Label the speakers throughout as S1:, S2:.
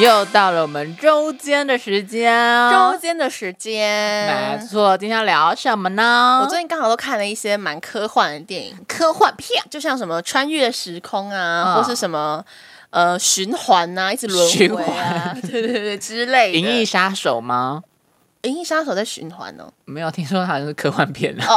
S1: 又到了我们周间的时间哦，
S2: 周间的时间
S1: 没。错，今天要聊什么呢？
S2: 我最近刚好都看了一些蛮科幻的电影，科幻片，就像什么穿越时空
S1: 嗯
S2: 啊，或是什么呃循环啊，一直轮
S1: 循
S2: 回啊
S1: 环，
S2: 对对对之类的。
S1: 银翼杀手》吗？
S2: 银翼杀手在循环哦。
S1: 没有听说好像是科幻片啊。
S2: 哦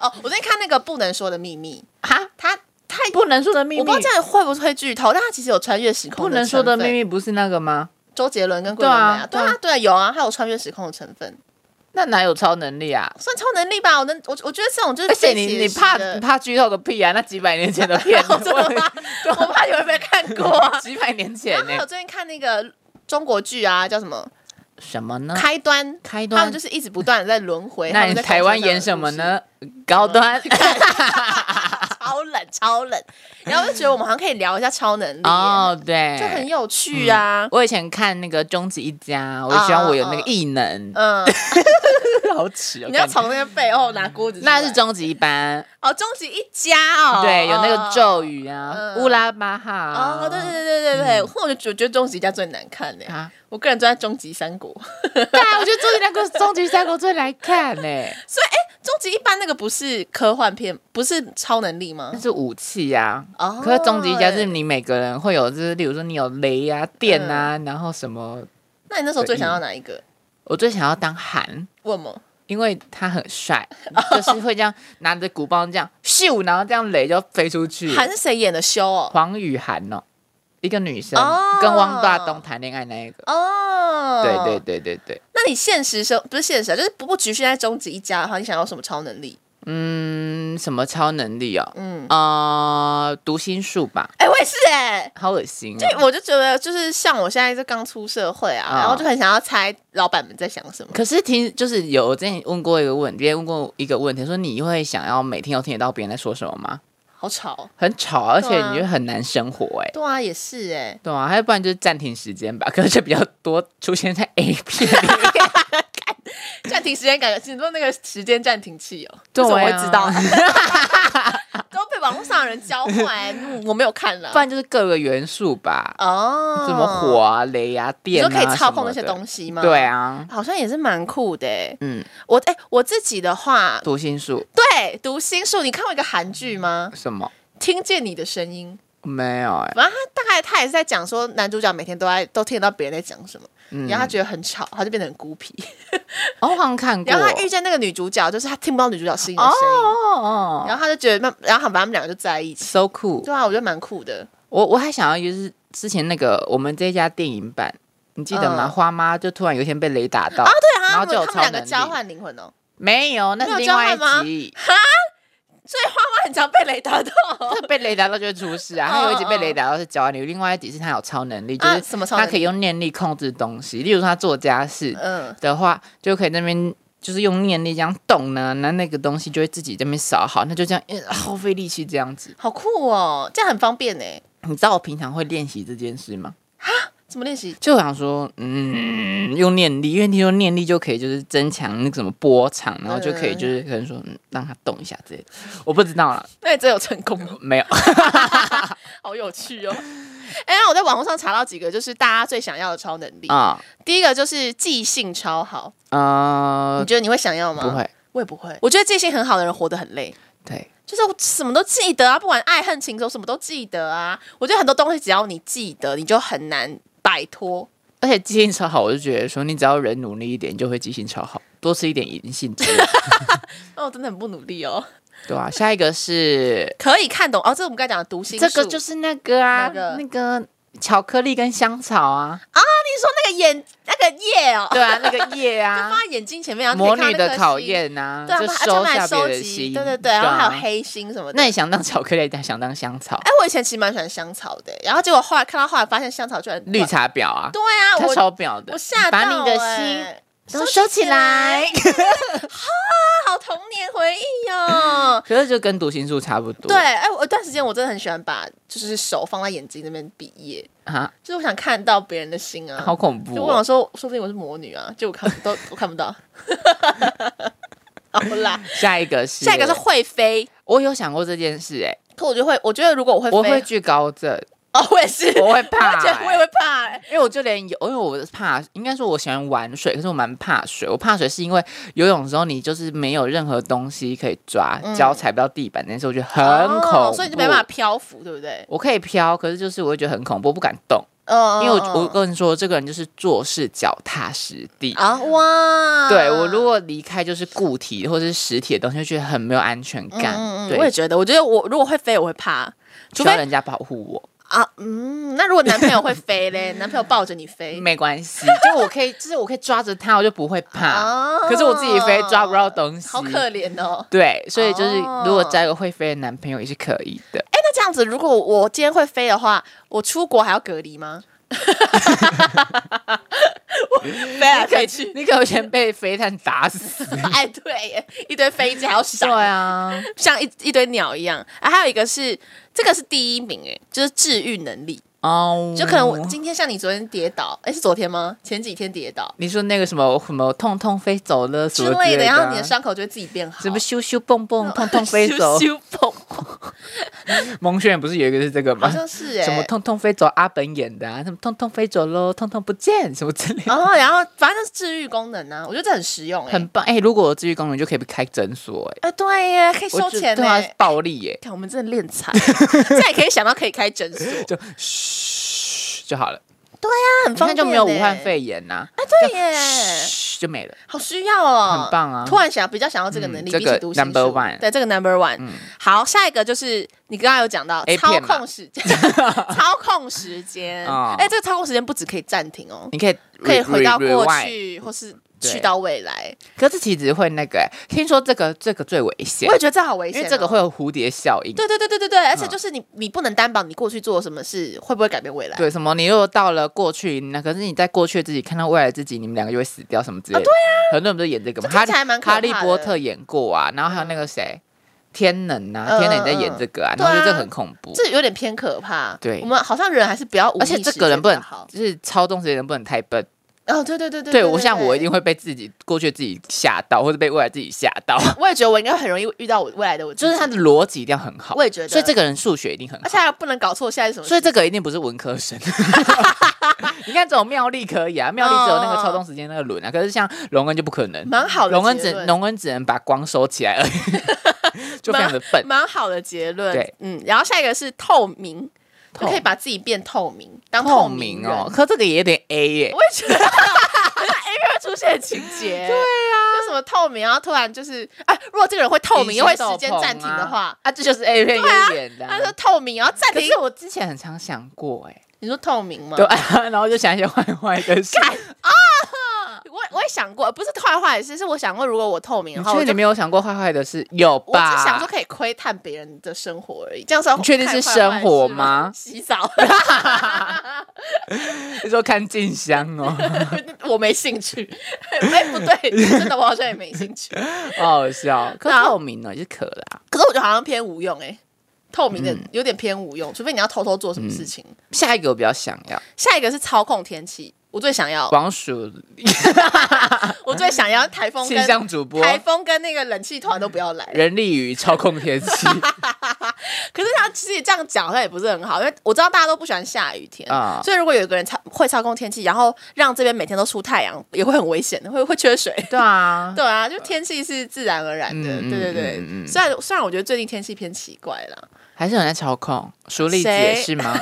S2: 哦，我最近看那个不能说的秘密，
S1: 哈，
S2: 它它
S1: 不能说的秘
S2: 我
S1: 密
S2: 不知道，这样会不会剧透，但它其实有穿越时空
S1: 不能说的
S2: 成分
S1: 秘，密不是那个吗？
S2: 周杰伦跟桂纶镁啊，
S1: 对
S2: 对
S1: 啊
S2: 啊对啊有啊，它有穿越时空的成分，
S1: 那哪有超能力啊？
S2: 算超能力吧？我能我我觉得这种就是
S1: 而且
S2: 非
S1: 你
S2: 写
S1: 你
S2: 实
S1: 怕
S2: 的，
S1: 你怕剧透个屁啊！那几百年前的片。
S2: 真的吗？我怕你们没看过 啊
S1: 几百年前欸
S2: 然后
S1: 呢、
S2: 还有最近看那个中国剧啊，叫什么
S1: 什么呢
S2: 《开端》，
S1: 开
S2: 他们
S1: 端
S2: 就，是一直不断的在轮回。
S1: 那
S2: 他
S1: 你
S2: 们在
S1: 台湾演什么呢？高端
S2: 工作上的故事？超冷，超冷。然后就觉得我们好像可以聊一下超能力，
S1: 哦，
S2: 就很
S1: 对。
S2: 有趣 啊。
S1: 我以前看那个《终极一家》，我希望我有那个
S2: 哦哦
S1: 异能，
S2: 嗯，
S1: 好耻哦！
S2: 你要
S1: 感觉
S2: 从那个背后拿锅子出来，
S1: 那是终极一班，
S2: 哦，终极一家哦，
S1: 对，有那个咒
S2: 语。
S1: 语啊，
S2: 嗯
S1: 乌拉巴哈啊
S2: 哦，对对对对对对，或者我觉得终极一家最难看呢。
S1: 啊，
S2: 我个人最爱终极三国，
S1: 对啊，我觉得终极那个终极三国最来看欸呢、
S2: 终极一般那个不是科幻片，不是超能力吗
S1: 那？是武器呀、啊。
S2: 哦
S1: 可是终极一家就是你每个人会有，就是例如说你有雷啊、电啊，然后什么。
S2: 那你那时候最想要哪一个？
S1: 我最想要当韩，
S2: 问我。
S1: 因为他很帅， 就是会这样拿着鼓棒这样咻，然后这样雷就飞出去。
S2: 韩是谁演的修哦？
S1: 黄雨涵哦，一个女生、
S2: 哦
S1: 跟汪大东谈恋爱那一个。
S2: 哦，
S1: 对对。对对对，
S2: 那你现实生不是现实啊，就是不不局限在终极一家的话，你想要什么超能力？
S1: 嗯，什么超能力哦？
S2: 嗯，
S1: 呃，读心术吧，
S2: 哎、我也是哎、
S1: 好恶心哦。
S2: 就我就觉得就是像我现在就刚出社会啊，
S1: 嗯
S2: 然后就很想要猜老板们在想什么。
S1: 可是听就是有我之前问过一个问，别人问过一个问题，说你会想要每天都听得到别人在说什么吗？
S2: 好吵。
S1: 很吵，而且
S2: 对啊
S1: 你就很难生活哎、
S2: 对啊，也是哎、
S1: 对啊，还有不然就是暂停时间吧，可 是就比较多出现在 A 片 里面。
S2: 暂停时间感觉，你说那个时间暂停器哦，
S1: 对啊
S2: 这种我会知道。都被网络上的人教坏、嗯我没有看了
S1: 不。然就是各个元素吧，
S2: 哦，
S1: 什么火啊、雷啊、
S2: 你
S1: 电啊，
S2: 说可以操控那些
S1: 西
S2: 东西吗？
S1: 对，啊，
S2: 好像也是蛮酷的欸。
S1: 嗯，
S2: 我哎、我自己的话，
S1: 读心术
S2: 对读心术，你看过一个韩剧吗？
S1: 什么
S2: 听见你的声音，
S1: 没有哎、
S2: 反正他大概他也是在讲说，男主角每天都在都听得到别人在讲什么，
S1: 嗯，
S2: 然后他觉得很吵，他就变得很孤僻。
S1: 哦，我好像看过
S2: 然后他遇见那个女主角，就是他听不到女主角声音的
S1: 哦
S2: 声音，
S1: 哦
S2: 然后他就觉得慢，然后他把他们两个就在一起。
S1: ，so cool，
S2: 对啊，我觉得蛮酷的。
S1: 我我还想要就是之前那个我们这一家电影版，你记得吗？
S2: 嗯
S1: 花妈就突然有一天被雷打到，
S2: 啊，对啊，
S1: 然后
S2: 他
S1: 就有
S2: 们他们
S1: 超能
S2: 两个
S1: 力
S2: 交换灵魂哦，
S1: 没有，那
S2: 没
S1: 是
S2: 有
S1: 另
S2: 交
S1: 外
S2: 换吗
S1: 一集，
S2: 所以花花很常被雷打到哦。
S1: 被雷打到就会出事啊。
S2: 嗯
S1: 他有一集被雷打到是交换力，另外一集是他有超能力，就
S2: 啊
S1: 是
S2: 什么超
S1: 他
S2: 能力
S1: 可以用念力控制东西，例如说他做家事
S2: 嗯，
S1: 的话，就可以那边。就是用念力这样动呢，那那个东西就会自己这边扫好，那就这样，嗯耗费力气这样子。
S2: 好酷哦，这样很方便呢。
S1: 你知道我平常会练习这件事吗？
S2: 怎么练习？
S1: 就想说，嗯，用念力，因为听说念力就可以就是增强那个什么波长，然后就可以就是可能说、嗯、让它动一下之类的，我不知道啦，
S2: 那你真有成功吗？哦
S1: 没有，
S2: 好有趣哦！哎、那我在网络上查到几个，就是大家最想要的超能力。
S1: 啊、
S2: 第一个就是记性超好，
S1: 呃
S2: 你，觉得你会想要吗？
S1: 不，会，
S2: 我也不会。我觉得记性很好的人活得很累，
S1: 对，
S2: 就是我什么都记得啊，不管爱恨情仇，什么都记得啊。我觉得很多东西只要你记得，你就很难摆脱。
S1: 而且记性超好，我就觉得说你只要人努力一点，就会记性超好，多吃一点银杏之 类的，
S2: 哦，我真的很不努力哦。
S1: 对啊，下一个是
S2: 可以看懂哦，这是我们刚才讲的读心术。
S1: 这个就是是那个啊，
S2: 哪个
S1: 那个巧克力跟香草啊，
S2: 你说那个眼那个叶哦，
S1: 对啊，那个叶
S2: 就
S1: 啊
S2: 放。在眼睛前面，然后
S1: 魔
S2: 你可以
S1: 女
S2: 看到那
S1: 的
S2: 颗
S1: 考
S2: 心。
S1: 验呐、
S2: 对啊，
S1: 就
S2: 他们
S1: 收
S2: 来
S1: 下别
S2: 收
S1: 人的
S2: 集，
S1: 心，
S2: 对对对，然后
S1: 啊
S2: 还有黑心什么的。
S1: 那你想当巧克力，还想当香草？
S2: 哎、我以前其实蛮喜欢香草的、欸然后结果后来看到后来发现香草居然
S1: 绿。茶婊啊，
S2: 对啊，
S1: 它
S2: 我
S1: 超婊的，
S2: 我吓到、
S1: 把
S2: 欸，
S1: 你的心都收
S2: 收。
S1: 起来。
S2: 啊，好童年回 忆哦。
S1: 可是就跟读心术差不多，
S2: 对，哎、我有段时间我真的很喜欢把就是手放在眼睛那边比耶，
S1: 啊，
S2: 就是我想看到别人的心啊。
S1: 好恐怖
S2: 就
S1: 哦、
S2: 我想说，说不定我是魔女啊，就我看不都我看不到。 好啦，
S1: 下一个是
S2: 下一个是会飞，
S1: 我有想过这件事、哎，
S2: 可我就会，我觉得如果我会飞，
S1: 我会惧高症，
S2: 哦，我也是，
S1: 我会
S2: 我
S1: 怕、
S2: 会觉得我也
S1: 哎
S2: 会怕、欸，
S1: 因为我就连游，因为我怕，应该说我喜欢玩水，可是我蛮怕水。我怕水是因为游泳的时候你就是没有任何东西可以抓，
S2: 嗯
S1: 脚踩不到地板，那时候我觉得很
S2: 哦
S1: 恐怖，
S2: 所以你就没办法。漂浮，对不对？
S1: 我可以飘，可是就是我会觉得很恐怖，不敢动，
S2: 嗯
S1: 因为我
S2: 嗯
S1: 我
S2: 嗯
S1: 跟你说，这个人就是做事脚踏实地。
S2: 啊哇，
S1: 对我如果离开就是固体或者是实体的东西，就觉得很没有安全感。
S2: 嗯嗯嗯，我
S1: 对，
S2: 也觉得，我觉得我如果会飞，我会怕，除
S1: 需要
S2: 非
S1: 人家保护我。
S2: 啊，嗯，那如果男朋友会飞 嘞，男朋友抱着你飞，
S1: 没关系，就我可以，就是我可以抓着它，我就 不会怕。可是我自己飞抓不到东西
S2: 哦啊好可怜哦。
S1: 对，所以就是
S2: 哦
S1: 如果交一个会飞的男朋友也是可以的。
S2: 哎，那这样子，如果我今天会飞的话，我出国还要隔离 吗？我 飞来飞去，
S1: 你可能先被飞弹打死。
S2: 哎，对耶，一堆飞机还要闪，
S1: 啊，
S2: 像一一堆鸟一样。啊，还有一个是这个是第一名，哎，就是治愈能力，
S1: 哦，
S2: 就可能我今天像你昨天跌倒，哎，是昨天吗？前几天跌倒
S1: 你说那个什么什么痛痛飞走了什
S2: 之
S1: 么
S2: 类的，
S1: 的啊，
S2: 然后你的哦伤口就会自己变好，
S1: 什么咻咻蹦 蹦痛痛飞走，
S2: 咻咻 蹦
S1: 蒙轩不是有一个是这个
S2: 好
S1: 吗？
S2: 像是哎，
S1: 什么痛痛飞走，阿本演的啊，什么痛痛飞走喽，痛痛不见什么之 类的。
S2: 然后然后反正就是治愈功能呢、啊我觉得这很实用哦哎、欸，
S1: 很棒哎、如果我治愈功能就可以开诊所哎、
S2: 呃对耶，可以
S1: 我
S2: 收
S1: 觉得
S2: 钱欸呢、
S1: 对啊，暴利耶、
S2: 看我们真的练 财，这样也可以想到可以开诊所，
S1: 就嘘就好了，
S2: 那很
S1: 你
S2: 方
S1: 看
S2: 便、
S1: 就没有武汉，肺炎呐、
S2: 哎对耶，
S1: 嘘就没了。
S2: 好需要哦，
S1: 很棒啊
S2: 突然想比较想要这个能力，
S1: 嗯这个
S2: 比起读心术
S1: number one 嗯
S2: 对这个 number one，、好，下一个就是你刚刚有讲到
S1: A
S2: 操
S1: 片嘛
S2: 控时间， 操控时 间，
S1: 哦
S2: 哎、这个操控时间不止可以暂停哦。
S1: 你可以
S2: 可以
S1: re-
S2: 回到
S1: re-
S2: 过
S1: rewind，
S2: 去，或是
S1: 对
S2: 去到未来。
S1: 可是其实会那个欸、听说这个这个最危险
S2: 我也，觉得这好危险
S1: 因
S2: 哦、
S1: 为这个会有蝴蝶效应。啊
S2: 对对对对对对，而且
S1: 嗯
S2: 就是你，你不能担保你过去做了什么事会不会改变未来。
S1: 对，什么？你如果到了过去，那可是你在过去的自己看到未来的自己，你们两个就会死掉什么之类的。对啊，很多人不是演这个嘛，
S2: 哦
S1: 哈
S2: 这听起
S1: 利
S2: 来蛮可怕
S1: 哈
S2: 的嗯
S1: 利波特演过啊，然后还有那个谁，天能啊，天能也在演这个啊，
S2: 嗯嗯
S1: 然后就这个
S2: 对啊
S1: 很恐怖。
S2: 这有点偏可怕。
S1: 对
S2: 我们好像人还是不要无意
S1: 而且
S2: 识
S1: 这个人不
S2: 比
S1: 能
S2: 较好。
S1: 就是操纵这些人不能太笨，
S2: 哦，对对对对
S1: 对我像我一定，会被自己过去自己吓到，或者被未来自己吓 到，
S2: 对我也觉得我应该很容易遇到我未来的我自己，
S1: 就是他的逻辑一定要很好
S2: 我。也觉得，
S1: 所以这
S2: 个，
S1: 个人数学一定很好
S2: 而且。还不能搞错现在是什么事，
S1: 所以这个一定不是文科生。 你看这种妙丽可以
S2: 嗯
S1: 啊，妙丽只有那个操纵时间那个轮啊，可是像荣恩就不可能。
S2: 蛮好的结论。
S1: 荣恩只荣恩只能把光收起来而已， 就非常的 笨。
S2: 蛮好的结论。
S1: 对，
S2: 嗯，然后下一个是透明，
S1: 透
S2: 就可以把自己变透明，当
S1: 透
S2: 明
S1: 明
S2: 人
S1: 哦，。可这个也有点 A 耶、
S2: 我也觉得 A 片出现的情节，对啊，就什么透明，然后突然就是，哎，如果这个人会透明，又会时间暂停的话，
S1: 啊，这 就是 A 片也演的啊、
S2: 他说透明，然后暂
S1: 可
S2: 停
S1: 是，我之前很常想过哎、
S2: 你说透明吗？
S1: 对、啊， 然后就想一些坏坏的 事。
S2: 我我也想过，不是坏坏的事，是我想过，如果我透明
S1: 你
S2: 的话，
S1: 确
S2: 我
S1: 定
S2: 就
S1: 你没有想过坏坏的事？有
S2: 我
S1: 吧？
S2: 只想说可以窥探别人的生活而已，这样算
S1: 你确定是生活吗
S2: 看坏坏事洗澡，
S1: 你说看静香哦，
S2: 我没兴趣。哎，不对，真的我好像也没兴趣。
S1: 好好 笑。可
S2: 那
S1: 透明呢哦也是可啦，
S2: 可是我觉得好像偏无用哎，透明的
S1: 嗯
S2: 有点偏无用，除非你要偷偷做什么事情。
S1: 下一个我比较想要
S2: 下一个是操控天气，我最想要，
S1: 王鼠
S2: 我最想要台风
S1: 气
S2: 跟
S1: 象主播，
S2: 台风跟那个冷气团都不要来。
S1: 人力与操控天气
S2: 可是他其实这样讲好像也不是很好，因为我知道大家都不喜欢下雨天，
S1: 啊
S2: 所以如果有一个人操会操控天气，然后让这边每天都出太阳，也会很危险的， 会会 缺水。
S1: 对啊，
S2: 对啊，就天气是自然而然的，
S1: 嗯
S2: 对对
S1: 嗯
S2: 对。
S1: 嗯嗯
S2: 虽然虽然我觉得最近天气偏奇怪啦，
S1: 还是有人在操控。淑丽姐
S2: 谁
S1: 是 吗？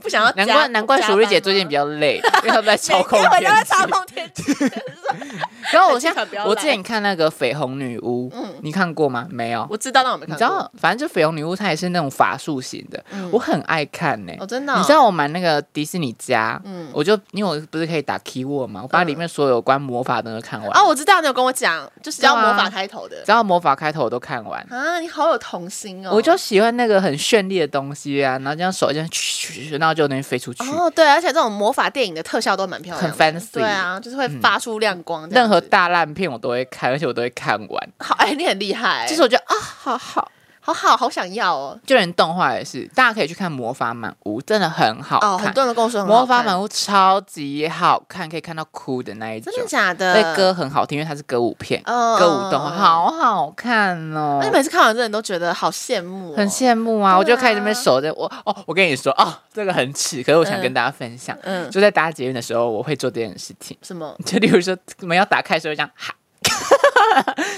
S2: 不想要
S1: 难
S2: 加
S1: 怪难怪淑丽姐最近比
S2: 较
S1: 较累，因为她都在操控
S2: 每天
S1: 天
S2: 我都在
S1: 气
S2: 操。控天气，
S1: 然后我
S2: 冷气
S1: 现在
S2: 团不要
S1: 我
S2: 来
S1: 之前看那个绯红女巫，你看过吗？没有。
S2: 嗯我知道，但我没
S1: 你
S2: 看
S1: 知
S2: 过。
S1: 道，反正就绯红女巫，她也是那种法术型的，我很爱看呢、
S2: 嗯哦，真的哦、
S1: 你知道我买那个迪士尼家，
S2: 嗯
S1: 我就因为我不是可以打 keyword 嘛，我把里面所有关魔法的都看完。
S2: 哦，我知道你有跟我讲，就是要
S1: 对
S2: 魔
S1: 啊
S2: 法开头的
S1: 只要魔法开头我都看完。
S2: 啊，你好有童心哦。
S1: 我就喜欢那个很绚丽的东西啊，然后这样手这样咻咻咻，然后就能飞出去。
S2: 哦，对，而且这种魔法电影的特效都蛮漂亮的，
S1: 很 fancy 嗯
S2: 对啊，就是会发出亮光这样
S1: 任
S2: 子。
S1: 何大烂片我都会看，而且我都会看完。
S2: 好，哎，你很厉害，
S1: 就是我觉得啊，好好
S2: 好好好想要哦。
S1: 就连动画也是，大家可以去看《魔法满屋》，真的很好看。
S2: 哦，很多人跟我说很好
S1: 魔法
S2: 看
S1: 满屋超级好看，可以看到哭的那一种
S2: 真。的假的？
S1: 对，歌很好听，因为它是歌舞片、
S2: 嗯
S1: 歌舞动画，。好好看哦
S2: 那。你每次看完真的都觉得好羡慕哦，
S1: 很羡慕啊！
S2: 对啊
S1: 我就开始那边守着我哦，我跟你说哦，这个很耻，可是我想
S2: 嗯
S1: 跟大家分享，
S2: 嗯
S1: 就在搭捷运的时候，我会做这件事情。
S2: 什么？
S1: 就例如说门要打开的时候，这样哈，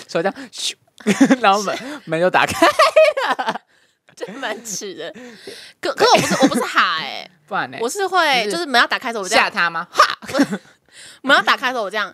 S1: 手这样咻，然后门门就打开，
S2: 这蛮耻的。 可可是我不是我不是哈哎、
S1: 不然呢？
S2: 我是会
S1: 你是
S2: 就是门要打开的时候我这
S1: 吓
S2: 样，
S1: 他吗？
S2: 门要打开的时候我这样，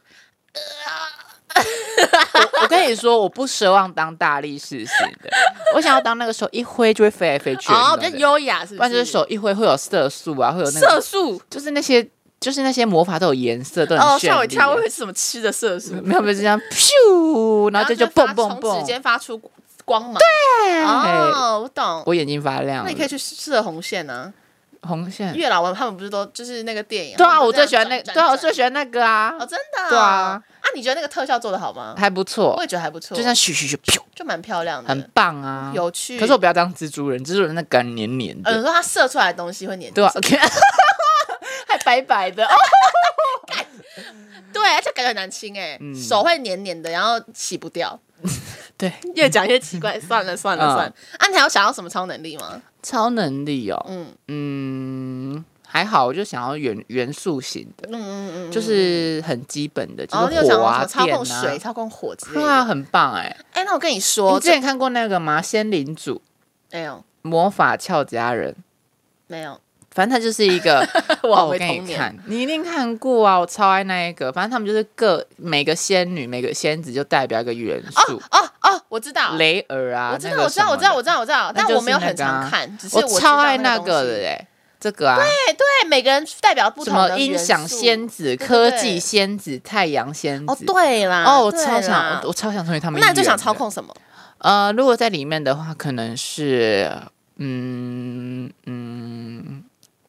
S1: 我跟你说，我不奢望当大力士型的，我想要当那个手一挥就会飞来飞去的
S2: 哦，
S1: 那种
S2: 比较
S1: 人，
S2: 优雅是
S1: 不
S2: 不
S1: 然
S2: 是？
S1: 就是手一挥会有色素啊，会有那
S2: 色
S1: 个，
S2: 素
S1: 就是那些就是那些魔法都有颜色，都很
S2: 哦，吓
S1: 绚
S2: 我一
S1: 丽
S2: 跳，我以
S1: 啊。
S2: 为是什么吃的色素，
S1: 没有没有，就这样，咻，然后这就蹦
S2: 发
S1: 蹦
S2: 从指
S1: 蹦，
S2: 间发出光芒。对，
S1: 哎，
S2: 哦，我懂。
S1: 我眼睛发亮
S2: 那
S1: 了
S2: 你可。以去射红线呢、
S1: 红线
S2: 啊，，月老王他们不是都就是那个电影？
S1: 对
S2: 他
S1: 啊，
S2: 们
S1: 我
S2: 都这
S1: 最
S2: 样
S1: 喜欢那，
S2: 转
S1: 对啊，我
S2: 转
S1: 最喜欢那个啊
S2: 转哦，，真的、
S1: 对啊。
S2: 啊，你觉得那个特效做的好吗？
S1: 还不错
S2: 我。也觉得还不错，
S1: 就像咻咻咻，咻
S2: 就蛮漂亮的，
S1: 很棒啊。
S2: 有趣。
S1: 可是我不要当蜘蛛人，蜘蛛人那感觉黏黏
S2: 呃，
S1: 的，
S2: 你说它射出来的东西会粘，
S1: 对啊 吧、还白白 的，哦，
S2: 对，而且感觉很难清哎、
S1: 嗯
S2: 手会黏黏的，然后洗不掉。
S1: 对，
S2: 越讲越奇怪，算了算了
S1: 嗯
S2: 算了。啊，你还有想要什么超能力吗？
S1: 超能力哦，
S2: 嗯
S1: 嗯，还好，我就想要元元素型的，
S2: 嗯嗯嗯，哦
S1: 就是很基本的，就
S2: 然后你有
S1: 是
S2: 想
S1: 火
S2: 过什
S1: 啊、
S2: 么操
S1: 电
S2: 控
S1: 啊
S2: 水、，操控火之类
S1: 对啊，
S2: 的？
S1: 很棒哎、
S2: 哎，那我跟你
S1: 你
S2: 说，
S1: 之
S2: 这
S1: 前看过那个吗？仙灵主
S2: 没有
S1: 魔法俏佳人，
S2: 没有，
S1: 反正他就是一个
S2: 我
S1: 哦，
S2: 好
S1: 我
S2: 没
S1: 给
S2: 童
S1: 你
S2: 年。
S1: 看，你一定看过啊！我超爱那一个，反正他们就是各每个仙女、每个仙子就代表一个元素，
S2: 哦哦，我知道，
S1: 雷尔啊，
S2: 我知
S1: 那
S2: 道，
S1: 个
S2: 我知道，
S1: 什么
S2: 我知道，
S1: 的
S2: 我知道，我知道，
S1: 那
S2: 但
S1: 就是
S2: 我没有
S1: 那
S2: 很
S1: 个啊
S2: 常看，只是
S1: 我
S2: 知
S1: 超
S2: 道
S1: 爱
S2: 那
S1: 个的
S2: 东西。
S1: 嘞，这个啊，
S2: 对对，每个人代表不
S1: 什
S2: 同
S1: 么
S2: 的
S1: 音
S2: 元
S1: 响
S2: 素
S1: 仙子、
S2: 对对
S1: 科
S2: 对
S1: 技仙子、太阳仙
S2: 哦，
S1: 子。
S2: 对啦，
S1: 哦，我
S2: 对
S1: 超想
S2: 啦，
S1: 我我超想成为他们。
S2: 那你最想操？控什么？
S1: 呃，如果在里面的话，可能是嗯嗯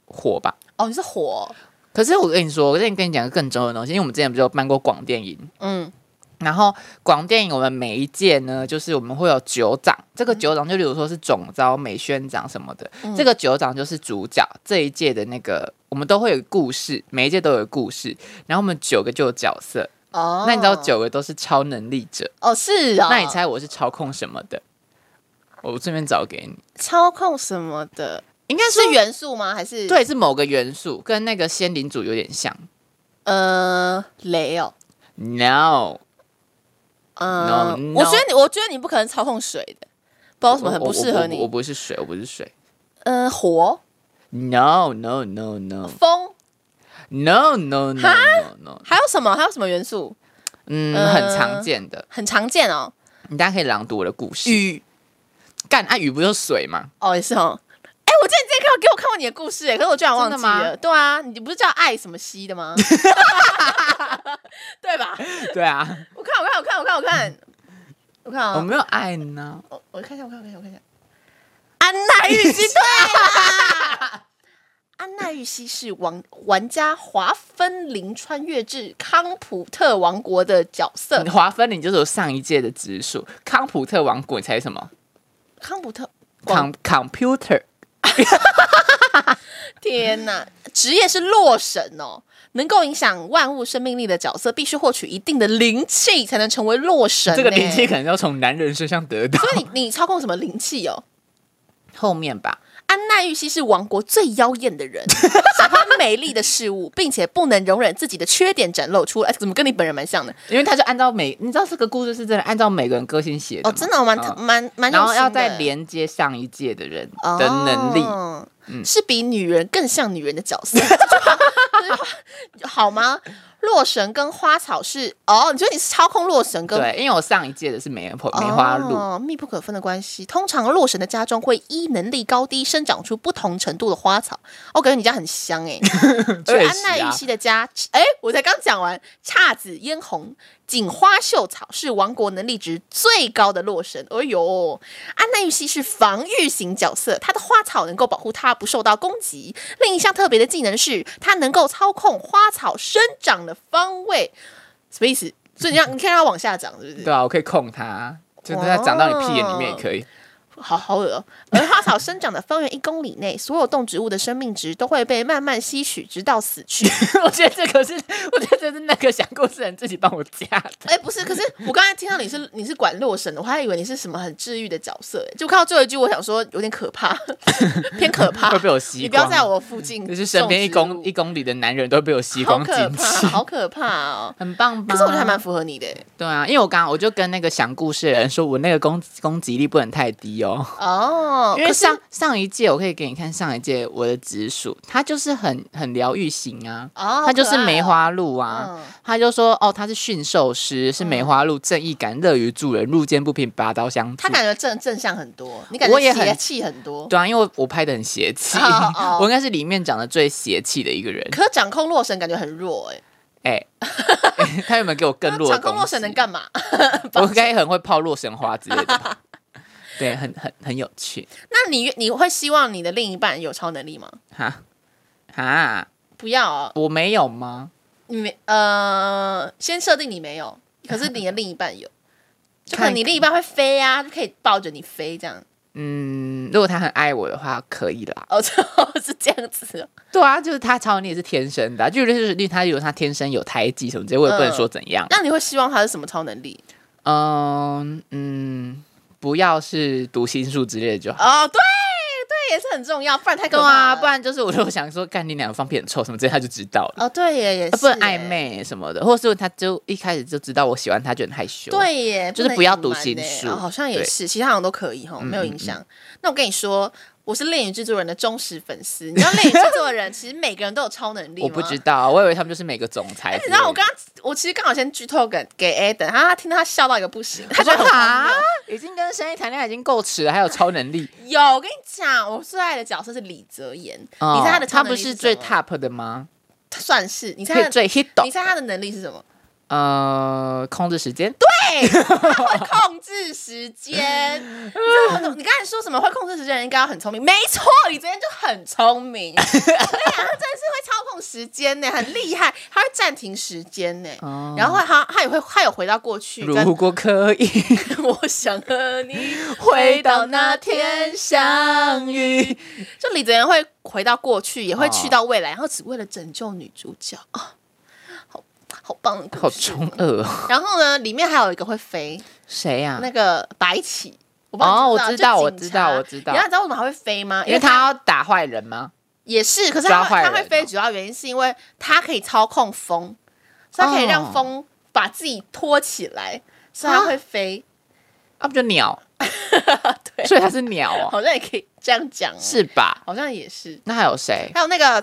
S1: 火吧。
S2: 哦，你是火，
S1: 可是我跟你说，我之前跟你讲个更重要的东西，因为我们之前不是有办过广电影，
S2: 嗯，
S1: 然后广电影我们每一届呢，就是我们会有九长，这个九长就比如说是总招、美宣长什么的，
S2: 嗯
S1: 这个九长就是主角这一届的那个，我们都会有故事，每一届都有故事，然后我们九个就有角色，
S2: 哦，
S1: 那你知道九个都是超能力者，
S2: 哦是啊，
S1: 那你猜我是操控什么的？我这边找给你，
S2: 操控什么的？
S1: 应该
S2: 是元素吗？还是，
S1: 对，是某个元素，跟那个仙灵主有点像。
S2: 呃，雷哦，
S1: No，
S2: 嗯
S1: No，，no
S2: 我觉得你，我觉得你不可能操控水的，不知道为什么
S1: 我
S2: 很
S1: 我
S2: 不适合
S1: 我我我
S2: 你。
S1: 不是水，我不是水。
S2: 呃，火、
S1: No no no no
S2: 风，
S1: no no no no no，
S2: 还有什么？还有什么元素
S1: 嗯，
S2: 呃
S1: 很常见的，
S2: 很常见哦？
S1: 你大家可以朗读我的故事。雨，干啊，雨不就是水 吗？
S2: 哦，也是哦。哎，我记得你之前看给我看过你的故事，哎，可是我居然忘记
S1: 真的
S2: 了。
S1: 吗
S2: 对啊，你不是叫爱什么西 的吗？对吧？
S1: 对啊，
S2: 我看，我看，我看，我看，我看，我看啊
S1: 我，没有爱呢。
S2: 我我看一下，我看，我看一下，我看一下。安娜玉溪对啦，安娜玉溪是玩玩家华分林穿越至康普特王国的角色
S1: 你。华分你就是我上一届的直属，康普特王国，你猜什么？
S2: 康普特，
S1: 康 computer
S2: 天哪！职业是洛神哦，能够影响万物生命力的角色，必须获取一定的灵气才能成为洛神呢。
S1: 这个灵气可能要从男人身上得到。
S2: 所 以你你操控什么灵气哦？
S1: 后面吧，
S2: 安娜玉溪是王国最妖艳的人， 喜欢美丽的事物，并且不能容忍自己的缺点展露出来。哎怎么跟你本人蛮像的？
S1: 因为他就按照每，你知道这个故事是真的按照每个人个性写的
S2: 哦，
S1: 嘛
S2: 真的，我蛮、
S1: 嗯
S2: 蛮蛮用心的
S1: 然后要再连接上一届的人的能力，嗯
S2: 哦是比女人更像女人的角色， 这句话这句话好吗？洛神跟花草是哦，你觉得你是操控洛神跟
S1: 对，因为我上一届的是梅花梅花鹿，
S2: 哦，密不可分的关系。通常洛神的家中会依能力高低生长出不同程度的花草。我、感觉你家很香 哎、而
S1: 确
S2: 安
S1: 实
S2: 奈玉
S1: 啊，
S2: 溪的家，哎，我才刚讲完，姹紫嫣红、锦花绣草是王国能力值最高的洛神。哎呦，安奈玉溪是防御型角色，她的花草能够保护她不受到攻击。另一项特别的技能是，她能够操控花草生长的方位，什么意思？所以你让你看它往下长，是不是？哦
S1: 对啊，我可以控它，就是它长到你屁眼里面也可以。
S2: 好好恶哦、而花草生长的方圆一公里内，所有动植物的生命值都会被慢慢吸取，直到死 去。
S1: 我觉得这个是，我觉得这是那个讲故事人自己帮我加的。
S2: 哎、不是，可是我刚才听到你是你是管洛神的，我还以为你是什么很治愈的角色、哎就看到最后一句，我想说有点可怕，偏可怕
S1: 会。被我吸
S2: 你
S1: 光。
S2: 不要在我附近，
S1: 就是身边一公一
S2: 一
S1: 公里的男人都被我吸
S2: 好
S1: 光
S2: 可
S1: 尽
S2: 怕，
S1: 弃，
S2: 好可怕哦！
S1: 很棒吧？
S2: 可是我觉得还蛮符合你的、哎
S1: 对啊，因为我刚刚我就跟那个讲故事的人说，我那个攻攻击力不能太低哦。
S2: 哦，
S1: 因为
S2: 可是
S1: 上上一届我可以给你看上一届我的直属，他就是很很疗愈型啊，
S2: 哦，
S1: 他就是
S2: 好可爱哦
S1: 梅花鹿啊。
S2: 嗯
S1: 他就说：“哦，他是驯兽师，是梅花鹿，正义感，乐于助人，路见不平，拔刀相助。
S2: 他”感觉正正向很多，你感觉
S1: 我也很
S2: 邪气很多。
S1: 对啊，因为我我拍的很邪气，
S2: 哦哦
S1: 我应该是里面长得最邪气的一个人。
S2: 可掌控洛神感觉很弱哎、
S1: 哎、他有没有给我更弱的
S2: 掌
S1: 东西？
S2: 控洛神能干嘛？
S1: 我应该很会泡洛神花之类的 吧？对，很很很有趣
S2: 那你你会希望你的另一半有超能力吗？
S1: 哈哈，
S2: 不要、哦，
S1: 我没有吗？
S2: 你没呃，先设定你没有，可是你的另一半 有，就可
S1: 看
S2: 能你另一半会飞啊，就可以抱着你飞这样。
S1: 嗯，如果他很爱我的话，可以啦。
S2: 哦， 是这样子哦，
S1: 对啊，就是他超能力也是天生的、啊，就就是例如他有他天生有胎记什么之类，我也
S2: 嗯
S1: 不能说怎样。
S2: 那你会希望他是什么超能力？
S1: 嗯嗯，不要是读心术之类的就好。
S2: 哦，对对，也是很重要，不然太
S1: 对
S2: 可怕
S1: 啊，
S2: 了。
S1: 不然就是我如果想说干你两个放屁很臭什么之类，他就知道了。
S2: 哦，对耶，也是
S1: 呃不能
S2: 耶
S1: 暧。昧什么的，或者是他就一开始就知道我喜欢他，就很害羞。，
S2: 对耶，
S1: 就是
S2: 能
S1: 不要
S2: 隐
S1: 读
S2: 瞒
S1: 心
S2: 耶
S1: 术
S2: 哦好像也
S1: 对嗯
S2: 是，其他好像都可以哈，没有影响。那我跟你说，我是《恋与制作人》的忠实粉丝。你知道《恋与制作人》其实每个人都有超能力吗？
S1: 我不知道，我以为他们就是每个总裁之类的。
S2: 你知道我刚刚我其实刚好先剧透给给 a d e n 他听到他笑到一个不行，
S1: 他
S2: 他觉
S1: 觉
S2: 得
S1: 得
S2: 很
S1: 啊
S2: 荒谬，
S1: 已经跟生意谈恋爱已经够迟了，还有超能力。
S2: 有，我跟你讲，我最爱的角色是李泽言，
S1: 哦
S2: 你猜他的超
S1: 他
S2: 能力
S1: 不
S2: 是
S1: 是
S2: 什么
S1: 最 top 的吗？
S2: 他算是你猜
S1: 可
S2: 他
S1: 以最 hit 的
S2: 你，猜他的能力是什么？
S1: 呃，控制时间。
S2: 会控制时间。你知道我怎么你刚才说什么会控制时间的人应该要很聪明？没错，李泽言就很 聪明。对呀、他真的是会操控时间呢，很厉害。他会暂停时间呢，
S1: 哦
S2: 然后他他也会他有回到过去，
S1: 如
S2: 跟
S1: 果可以
S2: 我想和你
S1: 回到那天相遇，
S2: 就李泽言会回到过去，也会
S1: 哦
S2: 去到未来，然后只为了拯救女主角啊，好好棒的 故
S1: 好
S2: 事。
S1: 中二哦。
S2: 然后呢，里面还有一个会飞，
S1: 谁啊呀？
S2: 那个白起。我不
S1: 哦
S2: 你
S1: 我
S2: 就
S1: 知
S2: 警
S1: 道
S2: 察
S1: 我知道我知道
S2: 然后你知道为什么还会飞吗？
S1: 因为他要打坏人吗？
S2: 也是，可是他
S1: 抓坏
S2: 会他
S1: 人
S2: 会飞，
S1: 哦
S2: 主要原因是因为他可以操控风，所以他可以让
S1: 哦
S2: 风把自己托起来，所以他会飞。
S1: 啊，不就鸟？啊
S2: 对
S1: 所以他是鸟 哦，
S2: 好像也可以这样讲哦，
S1: 是吧？
S2: 好像也是。
S1: 那还有谁？
S2: 还有那个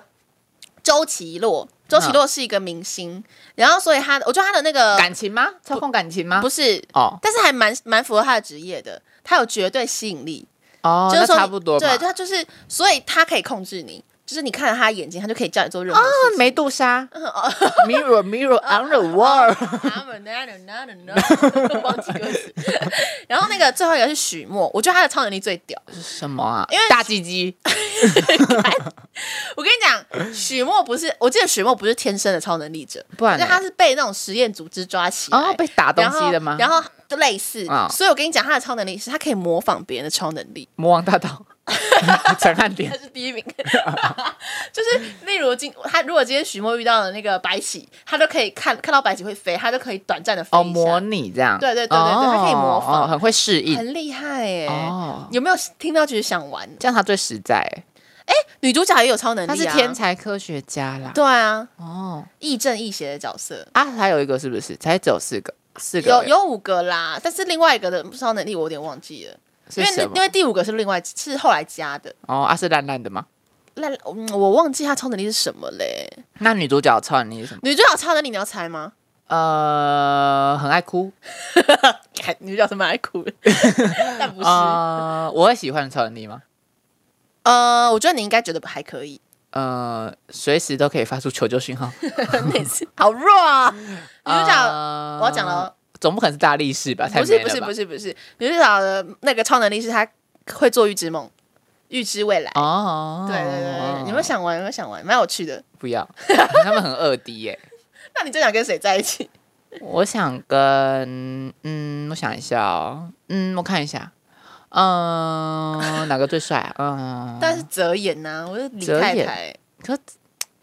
S2: 周奇洛，周奇洛是一个明星，然后所以他，我觉得他的那个
S1: 嗯感情吗？操控感情吗？
S2: 呃不
S1: 是
S2: 是，
S1: 哦
S2: 但是还蛮蛮符合他的职业的，他有绝对吸引力，
S1: 哦，
S2: 就是
S1: 那
S2: 说你
S1: 差不多吧。
S2: 对，就他就是，所以他可以控制你，就是你看着他的眼睛，他就可以叫你做
S1: 哦
S2: 任何事情。
S1: 梅啊杜莎
S2: 哦
S1: ，Mirror Mirror on the wall，
S2: 啊不那那那那 那忘记歌词。然后那个最后一个是许墨，我觉得他的超能力最屌。
S1: 什么啊？
S2: 因为
S1: 大鸡 鸡，
S2: 我跟你讲，许墨不是，我记得许墨不是天生的超能力者，
S1: 不然
S2: 就
S1: 呢
S2: 他是被那种实验组织抓起来，
S1: 哦，被打东
S2: 然后
S1: 西的吗？
S2: 然后就类似，
S1: 啊
S2: 所以我跟你讲，他的超能力是他可以模仿别人的超能力，
S1: 魔王大 道，陈汉
S2: 他
S1: 典，
S2: 是第一名。 就是例如今他如果今天徐墨遇到了那个白起，他都可以看看到白起会飞，他都可以短暂的飞
S1: 哦，
S2: 一下
S1: 模拟这样，
S2: 对对对对对
S1: 哦
S2: 他可以模仿
S1: 哦很会适应
S2: 很厉害耶、
S1: 哦。
S2: 有没有听到觉得想玩？
S1: 这样他最实在欸，
S2: 女主角也有超能力、
S1: 他
S2: 啊，
S1: 是天，才科学家啦。
S2: 对啊，
S1: 哦，
S2: 亦正亦邪的角色。
S1: 啊，还有一个是不是？才只有四个，四个
S2: 有
S1: 而已
S2: 有五个啦，但是另外一个的超能力我有点忘记了，因
S1: 是
S2: 为
S1: 什
S2: 因
S1: 么？
S2: 为第五个是另外是后来加的，
S1: 哦，啊是烂烂的吗？
S2: 那嗯我忘记他超能力是什么嘞。
S1: 那女主角超能力是什么？
S2: 女主角超能力你要猜吗？
S1: 呃，很爱哭。
S2: 女主角是蛮爱哭的，但不是。
S1: 呃，我会喜欢的超能力吗？
S2: 呃，我觉得你应该觉得还可以。
S1: 呃，随时都可以发出求救讯 号。
S2: 那次好弱啊！女主角，
S1: 呃
S2: 我要讲了哦，
S1: 总不可能是大力士吧？太
S2: 不是
S1: man
S2: 不是
S1: 了吧
S2: 不是不是，女主角的那个超能力是她会做预知梦，预知未来。
S1: 哦，
S2: 对对对对，有没有想玩？有没有想玩？蛮有趣的。
S1: 不要？ 他们很二 D 耶。
S2: 那你最想跟谁在一起？
S1: 我想跟嗯，我想一下哦，嗯，我看一下，嗯，哪个最帅啊？嗯，
S2: 但是泽演呐、我是李
S1: 泽
S2: 太
S1: 演
S2: 太，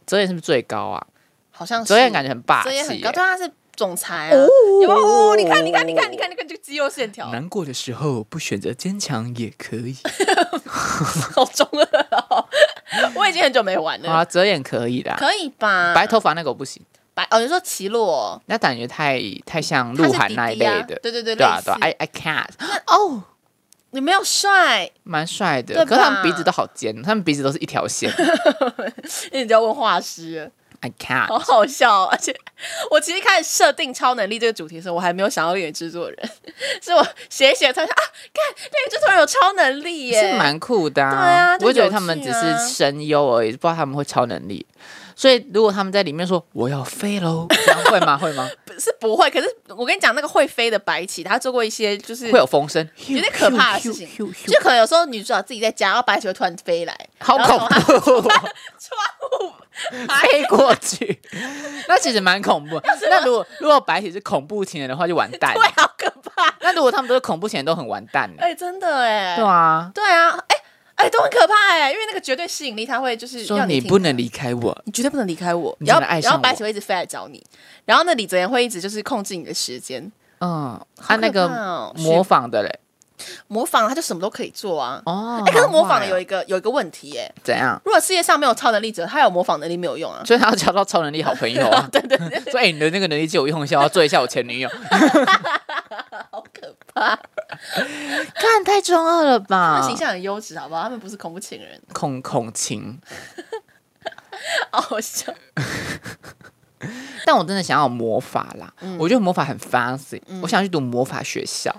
S1: 泽野是不是最高啊？
S2: 好像是
S1: 泽野感觉很霸
S2: 泽
S1: 气、
S2: 野很高，
S1: 欸。
S2: 对，他是总裁啊。有没有哦，你看，你看，你看，你看，你看这个肌肉线条，
S1: 难过的时候不选择坚强也可 以
S2: 好中二哦！我已经很久没玩了，
S1: 啊，泽野可以的。
S2: 可以吧？
S1: 白头发那个我不行，
S2: 白哦，你说奇洛，
S1: 那感觉太太像
S2: 他
S1: 鹿
S2: 是
S1: 晗
S2: 弟
S1: 那一
S2: 弟
S1: 类
S2: 啊
S1: 的。
S2: 对对对，
S1: 对啊
S2: 类似
S1: 对啊，I I can't，
S2: 那哦，你没有帅，
S1: 蛮帅的。
S2: 对
S1: 可是他们鼻
S2: 吧
S1: 子都好尖，他们鼻子都是一条 线。
S2: 那你就要问画师了，
S1: I can't，
S2: 好好笑哦、而且我其实开始设定超能力这个主题的时候，我还没有想要演制作人，是我写一写才想啊，看那个制作人有超能力耶，
S1: 是蛮酷的、啊。
S2: 对啊就
S1: 我觉得
S2: 有
S1: 他们
S2: 趣
S1: 只
S2: 啊
S1: 是声优而已，不知道他们会超能力。所以如果他们在里面说我要飞喽，这样会吗？会 吗？
S2: 是不会。可是我跟你讲，那个会飞的白起，他做过一些就是
S1: 会有风声，有
S2: 有点可怕的事情，就可能有时候女主角自己在家，然后白起会突然飞来，
S1: 好
S2: 然后
S1: 恐
S2: 从她
S1: 怖、 哦，
S2: 窗户
S1: 飞过去， 那其实蛮恐 怖。那如果如果白起是恐怖情人的话，就完蛋。
S2: 对，啊好可怕！
S1: 那如果他们都是恐怖情人，都很完蛋的。
S2: 哎、真的哎，
S1: 对啊，
S2: 对啊，哎、哎、都很可怕哎，因为那个绝对吸引力，他会就是
S1: 说
S2: 要
S1: 你
S2: 听
S1: 不能离开我，
S2: 你绝对不能离开我。
S1: 你
S2: 然
S1: 真的
S2: 后
S1: 爱上
S2: 然后白
S1: 我
S2: 起会一直飞来找你，然后那李泽言会一直就是控制你的时间，
S1: 嗯，
S2: 好
S1: 他那
S2: 可怕
S1: 个
S2: 哦
S1: 模仿的嘞，
S2: 模仿他就什么都可以做啊。
S1: 哦
S2: 哎、可是
S1: 好
S2: 模仿
S1: 坏
S2: 的
S1: 哦
S2: 有一个、有一个问题哎，
S1: 怎样？
S2: 如果世界上没有超能力者，他有模仿能力没有用啊。
S1: 所以他要交到超能力好朋友啊。
S2: 对对对，
S1: 说哎、你的那个能力借我用一下，我要追一下我前女友。
S2: 好可怕！
S1: 看太中二了
S2: 他
S1: 吧
S2: 们形象很优质，好不好？他们不是恐怖 情人，
S1: 恐恐情，
S2: 好好笑。
S1: 但我真的想要有魔法啦。
S2: 嗯
S1: 我觉得魔法很 fancy，、我想去读魔法学校。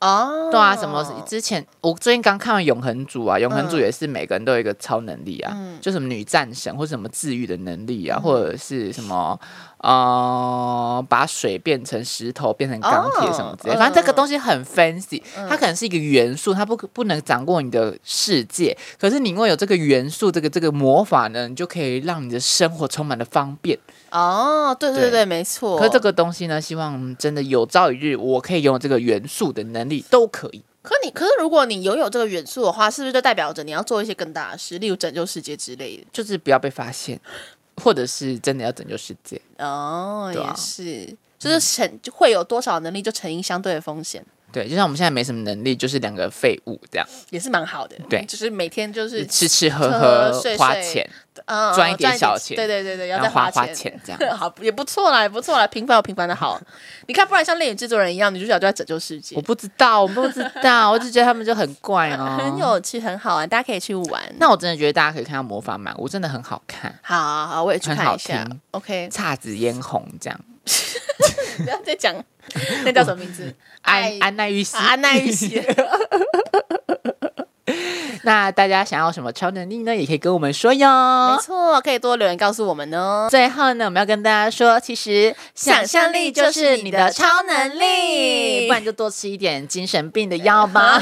S2: 哦，嗯
S1: 对啊，什么之前我最近刚看完《永恒主》啊，《永恒主》也是每个人都有一个超能力啊，就什么女战神或者什么治愈的能力
S2: 嗯
S1: 啊，或者是什么呃把水变成石头变成钢铁什么之类
S2: 哦
S1: 的，反正这个东西很 fancy，它可能是一个元素，它不可不能掌握你的世界，可是你因为有这个元素，这个这个魔法呢，你就可以让你的生活充满了方便。
S2: 哦，对对
S1: 对
S2: 对，没错。
S1: 可是这，个东西呢，希望真的有朝一日我可以拥有这个元素的能力，都可以。
S2: 可你可是如果你拥有这个元素的话，是不是就代表着你要做一些更大的事，例如拯救世界之类的？
S1: 就是不要被发现，或者是真的要拯救世界。
S2: 哦，
S1: 对啊嗯
S2: 也是，就是乘就会有多少能力就乘以相对的风险，
S1: 对，就像我们现在没什么能力，就是两个废物这样，
S2: 也是蛮好的。
S1: 对
S2: 就是每天就是
S1: 吃吃喝
S2: 喝
S1: 喝，
S2: 睡
S1: 花
S2: 睡
S1: 钱，
S2: 嗯
S1: 赚一点小钱
S2: 对对对对，要
S1: 然
S2: 再
S1: 后花
S2: 花
S1: 钱这样。
S2: 好，也不错啦，也不错啦，平凡有平凡的 好。你看，不然像恋与制作人一样，女主角就要拯救世界
S1: 我，不知道，我不知道，我只觉得他们就很怪哦。
S2: 很有趣，很好啊玩，大家可以去玩。
S1: 那我真的觉得大家可以看到《魔法满屋》，真的很好看，
S2: 好好，好我也去
S1: 很
S2: 看
S1: 好
S2: 一下
S1: 听。
S2: OK，
S1: 姹紫嫣红这样。
S2: 不要再讲， 那叫什么名字？
S1: 安安奈玉溪，
S2: 啊安奈玉 溪。
S1: 嗯那大家想要什么超能力呢？也可以跟我们说哟
S2: 没。错，可以多留言告诉我们哦。
S1: 最后呢，我们要跟大家说，其实
S2: 想象力就是你的超能力
S1: 不然就多吃一点精神病的药 吧，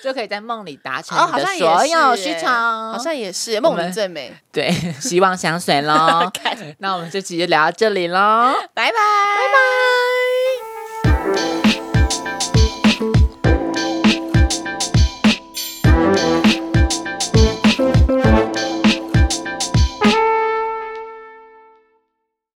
S1: 就可以在梦里达成你的所有需求。
S2: 好像也是梦里最美。。
S1: 对， 希望香水喽
S2: 看
S1: 那我们就直接聊到这里喽，
S2: 拜拜，拜拜。